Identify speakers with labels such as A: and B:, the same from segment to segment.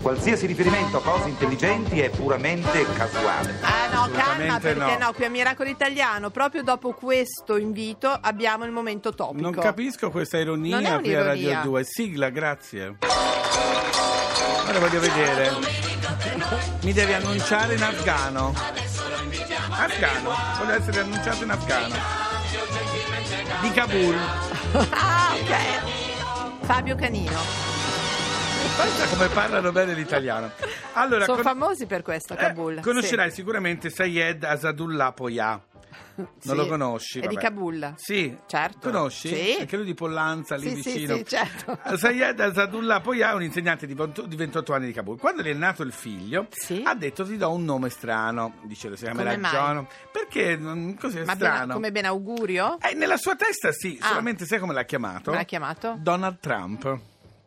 A: Qualsiasi riferimento a cose intelligenti è puramente casuale.
B: Ah no, calma
C: Assolutamente
B: perché
C: no.
B: no, qui a Miracolo Italiano, proprio dopo questo invito abbiamo il momento topico.
C: Non capisco questa ironia
B: Ecco. Non è
C: qui a Radio
B: un'ironia.
C: 2. Sigla, grazie. Ora voglio vedere. Mi devi annunciare in afghano. Afghano, voglio essere annunciato in afghano. Di Kabul.
B: ah, ok. Fabio Canino.
C: Guarda come parlano bene l'italiano. Allora,
B: Sono
C: con-
B: famosi per questo a
C: eh,
B: Kabul.
C: conoscerai
B: Sì.
C: sicuramente Sayed Asadullah Poya. Non
B: Sì.
C: lo conosci?
B: È di
C: vabbè.
B: Kabul.
C: Sì.
B: Certo.
C: Conosci?
B: Sì.
C: È quello di Pollanza, lì
B: Sì, sì,
C: vicino. eh,
B: sì, certo.
C: Sayed Asadullah Poya è un insegnante di 20 di 28 anni di Kabul. Quando gli è nato il figlio,
B: Sì.
C: ha detto ti do un nome strano. Dice, lo si chiamerà
B: Come mai?
C: John. Perché mm, così è
B: Ma ben-
C: strano.
B: come ben augurio?
C: Eh, nella sua testa sì,
B: Ah.
C: solamente sai come l'ha chiamato?
B: Come l'ha chiamato?
C: Donald Trump.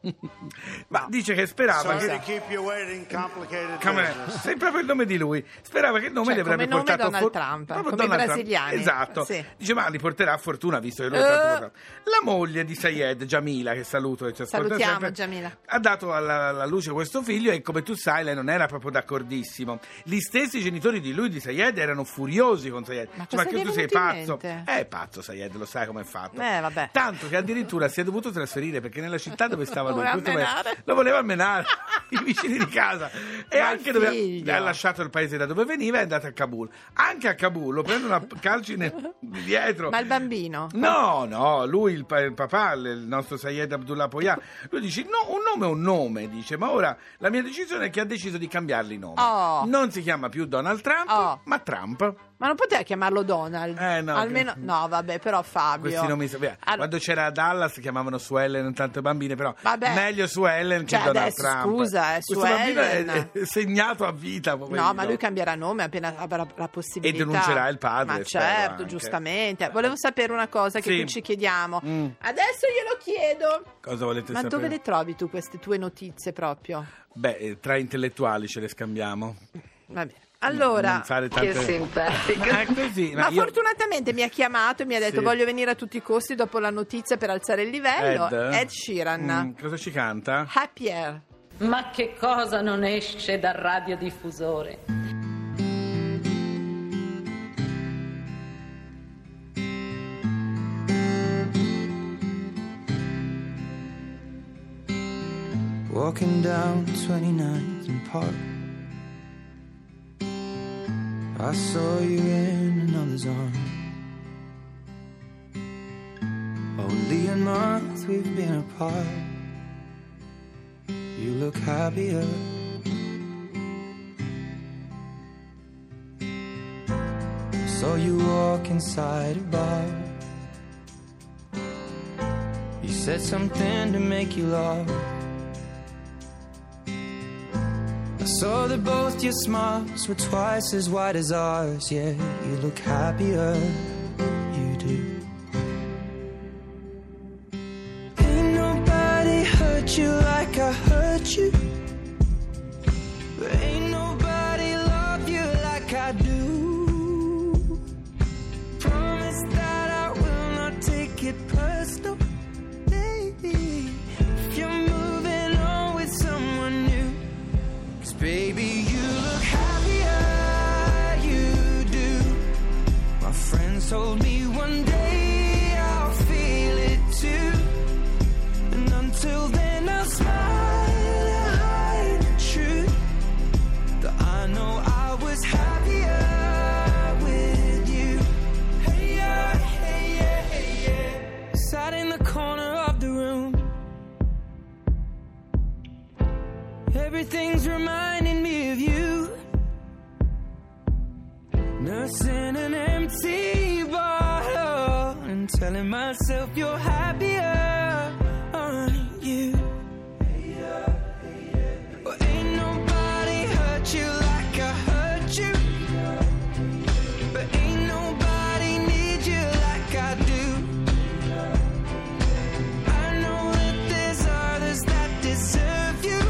C: Ma dice che sperava che...
D: Sorry to keep you waiting, complicated
C: Come-
D: business.
C: Sei proprio il nome di lui. Sperava che il nome
B: Cioè,
C: li avrebbe
B: come nome
C: portato a
B: Donald Trump,
C: proprio
B: come i
C: Donald Trump.
B: brasiliani.
C: Esatto.
B: Sì.
C: Dice, ma li porterà a fortuna visto che lui è
B: Eh.
C: stato portato. La moglie di Sayed, Jamila, che saluto e ci ascolta
B: Salutiamo,
C: sempre,
B: Jamila.
C: Ha dato alla, alla luce questo figlio e come tu sai lei non era proprio d'accordissimo. Gli stessi genitori di lui, di Sayed, erano furiosi con Sayed.
B: Ma
C: Dice, ma
B: cosa
C: che
B: gli è
C: tu sei
B: venuto in
C: pazzo.
B: mente?
C: Eh, pazzo Sayed, lo sai come è fatto.
B: Eh, vabbè.
C: Tanto che addirittura si è dovuto trasferire perché nella città dove stava lui
B: Voleva
C: questo paese-
B: menare.
C: lo voleva menare i vicini di casa e
B: Ma
C: anche
B: il
C: dove
B: figlio.
C: ha lasciato il paese da dove veniva è andato a Kabul anche a Kabul lo prendono a calci ne- di dietro
B: Ma il bambino?
C: No, no, lui, il, pa- il papà, l- il nostro Sayed Abdullah Poya, lui dice, no, un nome è un nome, dice, ma ora la mia decisione è che ha deciso di cambiarli nome.
B: Oh.
C: Non si chiama più Donald Trump,
B: Oh.
C: ma Trump.
B: Ma non poteva chiamarlo Donald?
C: Eh, no,
B: Almeno...
C: che-
B: No, vabbè, però Fabio.
C: Questi nomi sapeva.
B: Allora-
C: Quando c'era a Dallas chiamavano su Ellen tante bambine, però
B: Vabbè.
C: meglio su Ellen che
B: Cioè,
C: Donald
B: adesso,
C: Trump.
B: scusa, eh,
C: Questo
B: Sue
C: bambino è-
B: Ellen.
C: è segnato a vita, poverino.
B: No, ma lui cambierà nome appena avrà la possibilità.
C: E denuncerà il padre,
B: Ma
C: spero
B: certo,
C: anche.
B: giustamente. Volevo sapere una cosa che
C: Sì.
B: qui ci chiediamo.
C: Mm.
B: Adesso glielo chiedo.
C: Cosa volete
B: Ma
C: sapere?
B: dove le trovi tu queste tue notizie proprio?
C: Beh, eh, tra intellettuali ce le scambiamo.
B: Va bene. Allora,
C: Non fare tante...
E: Che simpatico.
F: Ah,
C: Eh, così,
B: ma
C: io-
B: fortunatamente mi ha chiamato e mi ha detto
C: Sì.
B: voglio venire a tutti i costi dopo la notizia per alzare il livello.
C: Ed,
B: Ed, Sheeran.
C: Mm, cosa ci canta?
B: Happier.
E: Ma che cosa non esce dal radiodiffusore?
G: Walking down 29th and Park. I saw you in another's arm. Only a month we've been apart. You look happier. Saw you walk inside a bar. You said something to make you laugh. I saw that both your smiles were twice as wide as ours. Yeah, you look happier, you do. Ain't nobody hurt you like I hurt you. There Ain't nobody love you like I do. Promise that I will not take it personal, baby. If you're moving on with someone new. Cause baby, you look happier, you do. My friends told me one day I'll feel it too. And until then, I'll smile and hide the truth. That I know I was happier with you. Hey, yeah, hey, yeah, hey, yeah. Sat in the corner of the room. Everything's reminding me of you. Nursing an empty bottle and telling myself you're happier, aren't you? Well, ain't nobody hurt you like I hurt you. But ain't nobody need you like I do. I know that there's others that deserve you.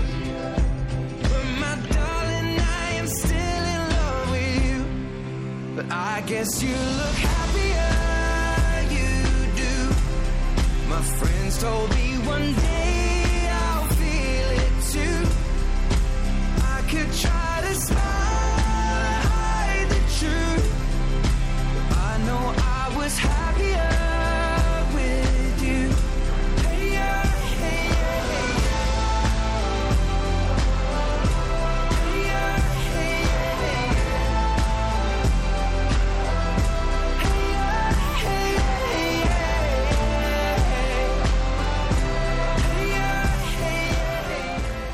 G: But my darling, I am still in love with you. But I guess you look happier, you do. My friends told me one day I'll feel it too.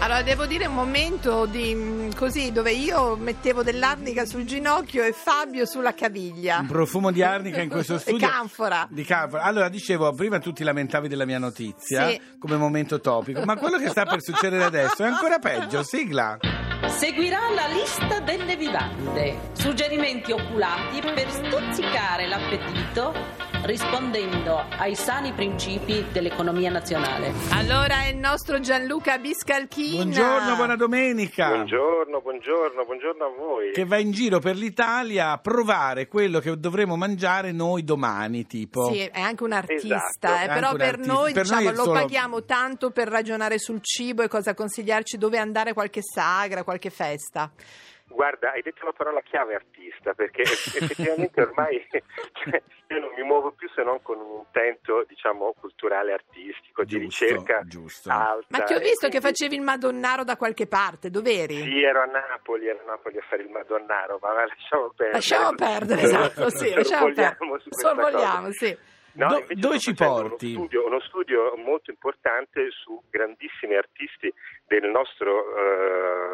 B: Allora, devo dire un momento di, mm, così dove io mettevo dell'arnica sul ginocchio e Fabio sulla caviglia.
F: Un profumo di arnica in questo
B: E
F: studio.
B: canfora.
F: Di canfora. Allora, dicevo, prima tu ti lamentavi della mia notizia
B: Sì.
F: come momento topico, ma quello che sta per succedere adesso è ancora peggio. Sigla.
E: Seguirà la lista delle vivande, suggerimenti oculati per stuzzicare l'appetito rispondendo ai sani principi dell'economia nazionale.
B: Allora è il nostro Gianluca Biscalchina.
F: Buongiorno, buona domenica.
H: Buongiorno, buongiorno, buongiorno a voi.
F: Che va in giro per l'Italia a provare quello che dovremo mangiare noi domani, tipo.
H: Ecco,
B: Sì, è anche un artista,
H: Esatto.
B: eh,
F: È
B: però
F: anche un
B: per
F: artista.
B: noi,
F: Per
B: diciamo,
F: noi è
B: lo
F: solo-
B: paghiamo tanto per ragionare sul cibo e cosa consigliarci, dove andare, qualche sagra, qualche festa.
H: Guarda, hai detto la parola chiave artista, perché eff- effettivamente ormai cioè, io non mi muovo più se non con un intento, diciamo, culturale, artistico, di
F: Giusto,
H: ricerca
F: giusto.
H: alta.
B: Ma ti ho
H: e
B: visto che
H: quindi-
B: facevi il Madonnaro da qualche parte, dov'eri?
H: Sì, ero a Napoli, ero a Napoli a fare il Madonnaro, ma lasciamo perdere.
B: Eh, Lasciamo
F: eh,
B: perdere, esatto, sì, lasciamo perdere.
H: Sorvoliamo su questa
B: Sorvoliamo,
H: cosa.
B: sì.
H: No,
F: Do-
H: invece
F: dove
H: sto
F: ci
H: facendo
F: porti?
H: Uno studio, uno studio molto importante su grandissimi artisti del nostro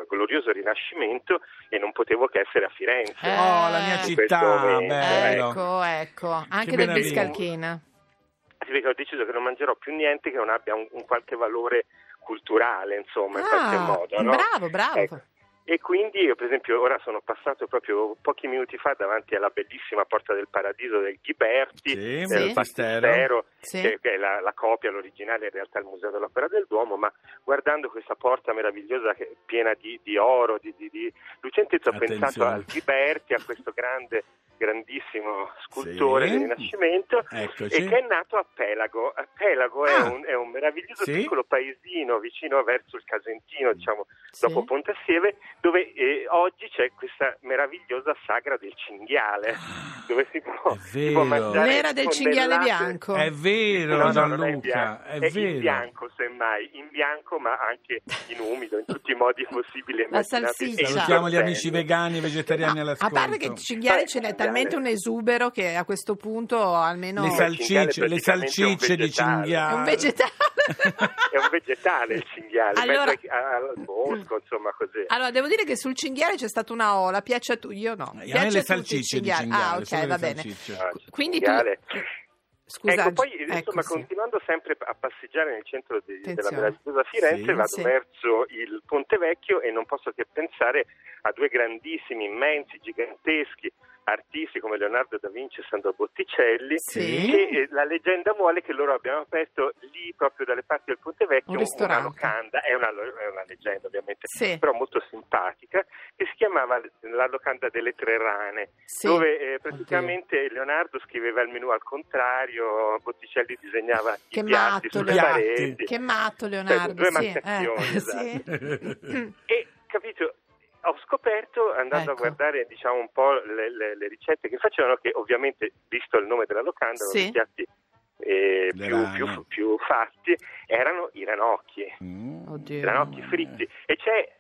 H: eh, glorioso Rinascimento e non potevo che essere a Firenze.
B: Eh,
F: Oh, la mia
B: Eh,
F: città,
H: questo momento,
F: Eh, bello.
B: Ecco, ecco, anche
F: Che
B: del
F: meraviglia.
B: Biscalchina.
H: Sì, perché Ecco, ho deciso che non mangerò più niente che non abbia un, un qualche valore culturale, insomma, in qualche
B: Ah,
H: modo. no?
B: bravo, bravo.
H: Ecco. E quindi, io, per esempio, ora sono passato proprio pochi minuti fa davanti alla bellissima Porta del Paradiso del Ghiberti,
F: Sì,
H: del
B: Sì.
F: Battistero.
H: Battistero,
B: Sì.
H: che, che è la, la copia, l'originale in realtà al Museo dell'Opera del Duomo, ma guardando questa porta meravigliosa che è piena di, di oro, di, di, di lucentezza, ho pensato
F: Attenzione.
H: al Ghiberti, a questo grande grandissimo scultore
F: Sì.
H: del Rinascimento
F: Eccoci.
H: e che è nato a Pelago. A Pelago è,
F: Ah.
H: un, è un meraviglioso
F: Sì.
H: piccolo paesino vicino verso il Casentino, diciamo,
B: Sì.
H: dopo Pontassieve, dove eh, oggi c'è questa meravigliosa sagra del cinghiale, dove si può,
F: Ah. è
H: si
F: vero.
H: può mangiare
B: L'era del cinghiale
H: tonnellate-
B: bianco.
F: È vero,
H: No, no, non è in
F: Gianluca.
H: bianco,
F: È,
H: è in
F: vero.
H: bianco semmai, in bianco ma anche in umido, in tutti i modi possibili. e
B: La
H: immaginabili.
B: salsiccia.
F: Salutiamo gli
H: Bello.
F: amici vegani e vegetariani
B: No, Ah, a
F: all'ascolto.
B: parte che il cinghiale ce n'è
H: Cinghiale.
B: talmente un esubero che a questo punto almeno
F: Le
H: No, il cinghiale
F: salsicce, le
H: è praticamente un
F: salsicce di
H: vegetale.
B: è
F: cinghiale.
B: un vegetale.
H: È un vegetale il cinghiale,
B: Allora-
H: mentre al bosco, insomma così.
B: Allora, devo dire che sul cinghiale c'è stata una ola, piace a tu, io no.
F: A
B: Piace a
F: me le
B: tutti il
F: salsicce di
B: cinghiale.
F: cinghiale.
B: Ah, ok,
F: solo le
B: va bene.
F: salsicce.
H: Ah, il
B: Quindi tu-
H: cinghiale.
B: Scusa.
H: ecco, poi
B: ecco,
H: insomma,
B: sì.
H: continuando sempre a passeggiare nel centro di- della
B: Attenzione.
H: meravigliosa Firenze,
F: Sì.
H: vado
B: Sì.
H: verso il Ponte Vecchio e non posso che pensare a due grandissimi, immensi, giganteschi artisti come Leonardo da Vinci e Sandro Botticelli.
B: Sì.
H: Che eh, la leggenda vuole che loro abbiano aperto lì, proprio dalle parti del Ponte Vecchio,
B: Un
H: una
B: ristorante.
H: locanda. È una, è una leggenda, ovviamente,
B: Sì.
H: però molto simpatica, che si chiamava la locanda delle tre rane
B: Sì.
H: dove eh, praticamente Leonardo scriveva il menù al contrario, Botticelli disegnava
B: Che
H: i piatti
B: matto,
H: sulle
F: Leonardo.
H: pareti.
B: Che matto
H: Cioè,
B: Leonardo,
H: due
B: sì,
H: marcazioni,
B: eh,
H: esatto.
B: sì.
H: E capito, ho scoperto
B: Ecco.
H: andando a guardare diciamo un po' le, le- le ricette che facevano, che ovviamente visto il nome della locanda,
B: Sì.
H: erano i piatti eh,
F: Le
H: più,
F: rane.
H: più- più fatti erano i ranocchi,
F: Mm.
H: i
B: Oddio.
H: ranocchi fritti. E c'è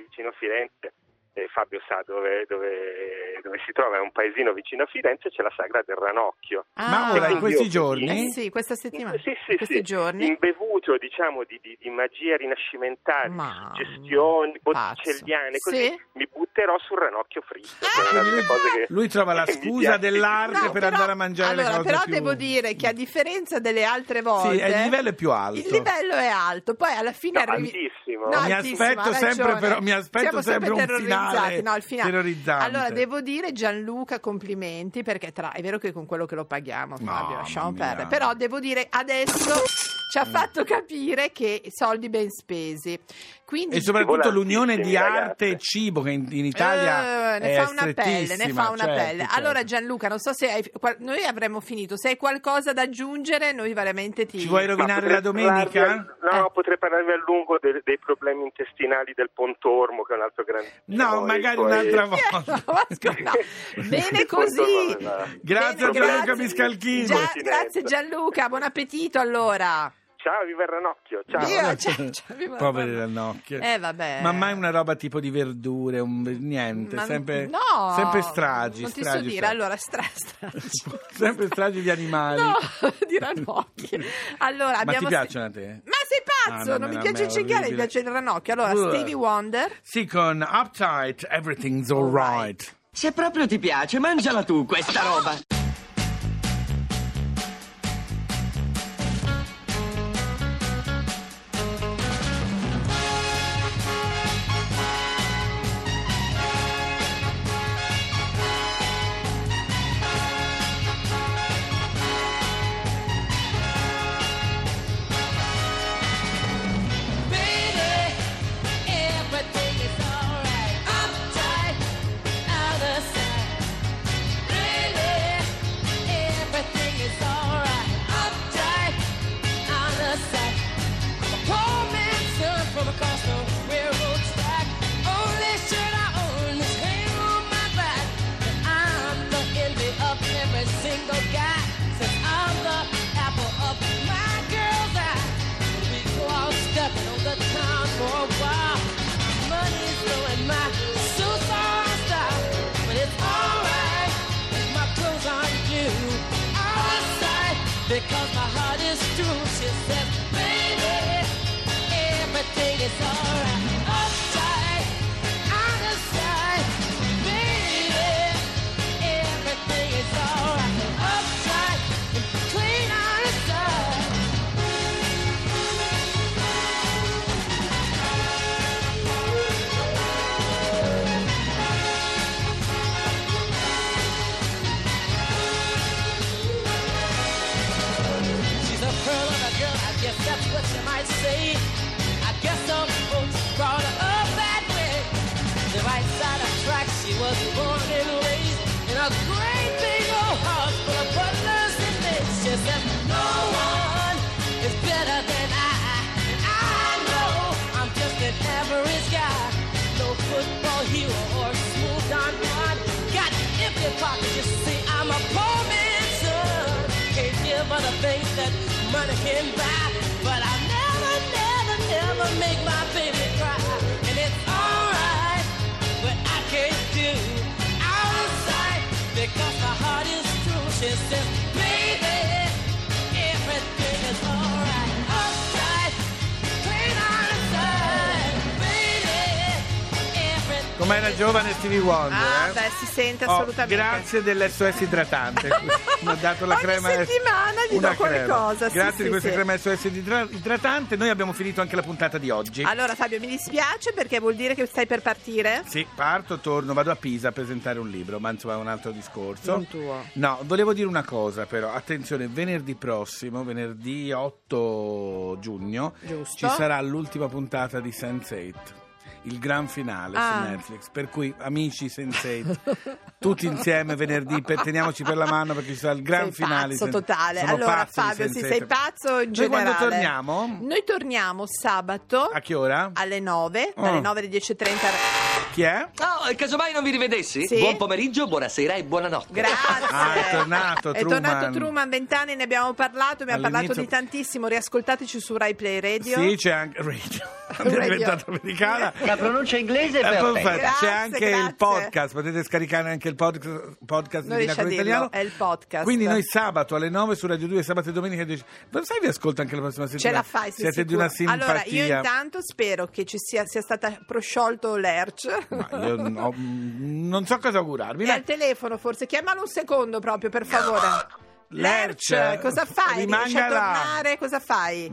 H: vicino a Firenze. eh, Fabio sa dove, dove- dove si trova, è un paesino vicino a Firenze, c'è la sagra del ranocchio.
F: Ma
B: Ah.
F: ora, in
H: quindi
F: questi
H: io-
F: giorni,
B: Eh sì, questa settimana,
H: Sì, sì,
B: questi
H: sì.
B: giorni.
H: Imbevuto, diciamo, di, di- di magia rinascimentale,
B: Mamma,
H: gestioni
B: pazzo.
H: botticelliane, così
B: Sì. Ah!
H: mi butterò sul ranocchio fritto. che è una
F: Quindi
H: delle cose che-
F: lui trova la
H: che mi
F: scusa
H: piace.
F: dell'arte per
B: però-
F: andare a mangiare le
B: allora,
F: cose
B: però
F: più-
B: devo dire che a differenza delle altre volte
F: Sì, eh, il livello è più alto.
B: il livello è alto poi alla fine
H: No,
B: arrivi
H: altissimo.
B: No,
H: Mi
B: altissimo,
F: aspetto
B: ha
F: sempre
B: ragione.
F: però- mi aspetto
B: Siamo
F: sempre un
B: terrorizzati.
F: finale
B: No, il finale.
F: terrorizzante.
B: allora devo dire Gianluca complimenti perché tra è vero che con quello che lo paghiamo Fabio
F: Mamma
B: lasciamo
F: mia. Mm.
B: perdere però devo dire adesso ci ha fatto capire che soldi ben spesi quindi
F: E soprattutto
H: Volantissimi,
F: l'unione di
H: ragazzi.
F: arte e cibo che in, in Italia
B: Eh, ne
F: è
B: fa una pelle, ne fa
F: strettissima,
B: una
F: certo,
B: pelle.
F: certo.
B: Allora Gianluca, non so se hai, qual- noi avremmo finito, se hai qualcosa da aggiungere, noi veramente ti
F: Ci vuoi
H: Ma
F: rovinare
H: potrei
F: la domenica?
H: parlarvi al- no,
B: Eh.
H: potrei parlarvi a lungo de- dei problemi intestinali del pontormo, che è un altro grande...
F: No, magari un'altra volta.
B: Ma scusa, no. Bene così.
F: Grazie
B: Bene,
F: Gianluca
B: grazie.
F: Biscalchini.
B: Gia- grazie Gianluca, buon appetito allora.
H: Ciao, viva il ranocchio, ciao.
B: Io- cioè, cioè, mi-
F: Poveri rannocchie.
B: Eh, vabbè.
F: Ma mai una roba tipo di verdure, un- niente,
B: Ma-
F: sempre,
B: no,
F: sempre stragi.
B: Non ti
F: stragi,
B: so dire,
F: stragi.
B: allora stra, stragi.
F: Sempre stragi di animali.
B: No, di ranocchi. Allora,
F: Ma ti
B: abbiamo
F: piacciono a te? Ah,
B: Ma sei cazzo,
F: no,
B: non mi
F: no,
B: piace
F: no,
B: il cinghiale, mi
F: orribile.
B: piace il ranocchio. Allora,
F: Uh.
B: Stevie Wonder.
F: Sì, con Uptight, Everything's Alright.
I: Se proprio ti piace, mangiala tu questa roba.
J: Single guy since I'm the apple of my girl's eye. We go out stepping on the town for a while. Money's blowing my suits are style, but it's alright if my clothes aren't you. Outside because my heart is true. She says, baby, everything is alright. Uptight, out of sight, baby, everything is alright. Uptight, clean out of sight. She's a pearl of a girl, I guess that's what you might say. I guess some folks brought her up that way. The right side of track, she was born and raised in a great big old house full of butlers and maids. She said, No one is better than I. And I know I'm just an average guy. No football hero or smooth Don Juan. Got if you pocket, you see, I'm a poor man's son. Can't give her the things that money can buy. But I never, never, never make my baby cry. And it's alright, but I can't do outside because my heart is true. She says, baby, everything is alright. Outside, clean outside, baby, everything.
F: Come era
J: is
F: giovane Stevie Wonder,
B: Ah,
F: eh?
B: beh, si sente
F: Oh,
B: assolutamente.
F: grazie dell'SOS idratante. Mi ha dato la
B: Ogni
F: crema
B: settimana gli do
F: una
B: qualcosa, sì,
F: Grazie di
B: sì,
F: questa
B: sì.
F: crema SOS idra- idratante. Noi abbiamo finito anche la puntata di oggi.
B: Allora, Fabio, mi dispiace perché vuol dire che stai per partire.
F: Sì, parto, torno, vado a Pisa a presentare un libro, ma insomma è un altro discorso.
B: Non tuo.
F: No, volevo dire una cosa però, attenzione, venerdì prossimo, venerdì 8 giugno,
B: Giusto.
F: ci sarà l'ultima puntata di Sense8. Il gran finale
B: Ah.
F: su Netflix, per cui amici Sense8, tutti insieme venerdì, per- teniamoci per la mano perché ci sarà il gran
B: sei
F: finale. di
B: pazzo
F: Sense8.
B: totale.
F: Sono
B: allora,
F: pazzo di
B: Fabio, sì,
F: Sense8.
B: sei pazzo in
F: Noi
B: generale.
F: quando torniamo?
B: Noi torniamo sabato
F: A che ora?
B: alle 9,
F: Ah.
B: dalle 9 alle 10.30.
F: Chi è?
I: Oh, e casomai non vi rivedessi?
B: Sì.
I: Buon pomeriggio, buonasera e buonanotte.
B: Grazie.
F: Ah, è tornato
B: È tornato
F: Truman.
B: Truman, vent'anni, ne abbiamo parlato, abbiamo parlato
F: All'inizio-
B: di tantissimo. Riascoltateci su Rai Play Radio.
F: Sì, c'è anche Radio. è
B: Radio.
F: diventata americana.
I: La pronuncia inglese
F: Eh, poi infatti,
B: Grazie,
F: c'è anche
B: grazie.
F: il podcast, potete scaricare anche il pod- podcast
B: Non
F: di
B: riesce a
F: Miracolo
B: dirlo,
F: Italiano.
B: è il podcast.
F: Quindi noi sabato alle 9 su Radio 2, sabato e domenica. alle 10. Ma sai, vi ascolto anche la prossima
B: Ce
F: settimana.
B: la fai, sei
F: Siete di una
B: sicuro?
F: simpatia.
B: Allora, io intanto spero che ci sia, sia stata prosciolto Lerch.
F: Ma io no- non so cosa augurarvi.
B: E
F: dai.
B: al telefono forse, chiamalo un secondo proprio, per favore.
F: Lerch,
B: cosa fai? Riesci a
F: rimanga là.
B: tornare? Cosa fai? Eh,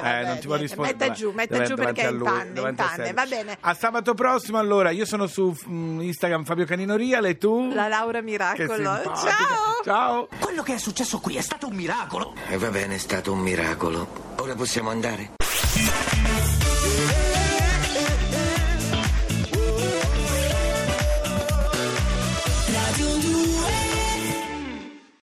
B: vabbè,
F: Eh, non ti
B: niente,
F: vuole rispondere.
B: Metta
F: Vabbè,
B: giù, metta
F: davanti-
B: giù perché è in
F: davanti a lui,
B: panne, in
F: davanti a
B: panne.
F: Sergio.
B: Va bene.
F: A sabato prossimo, allora, io sono su mm, Instagram Fabio Canino Riale, tu?
B: La Laura
F: Che
B: Miracolo.
F: simpatica.
B: Ciao!
F: Ciao!
I: Quello che è successo qui è stato un miracolo.
K: E va bene, è stato un miracolo. Ora possiamo andare?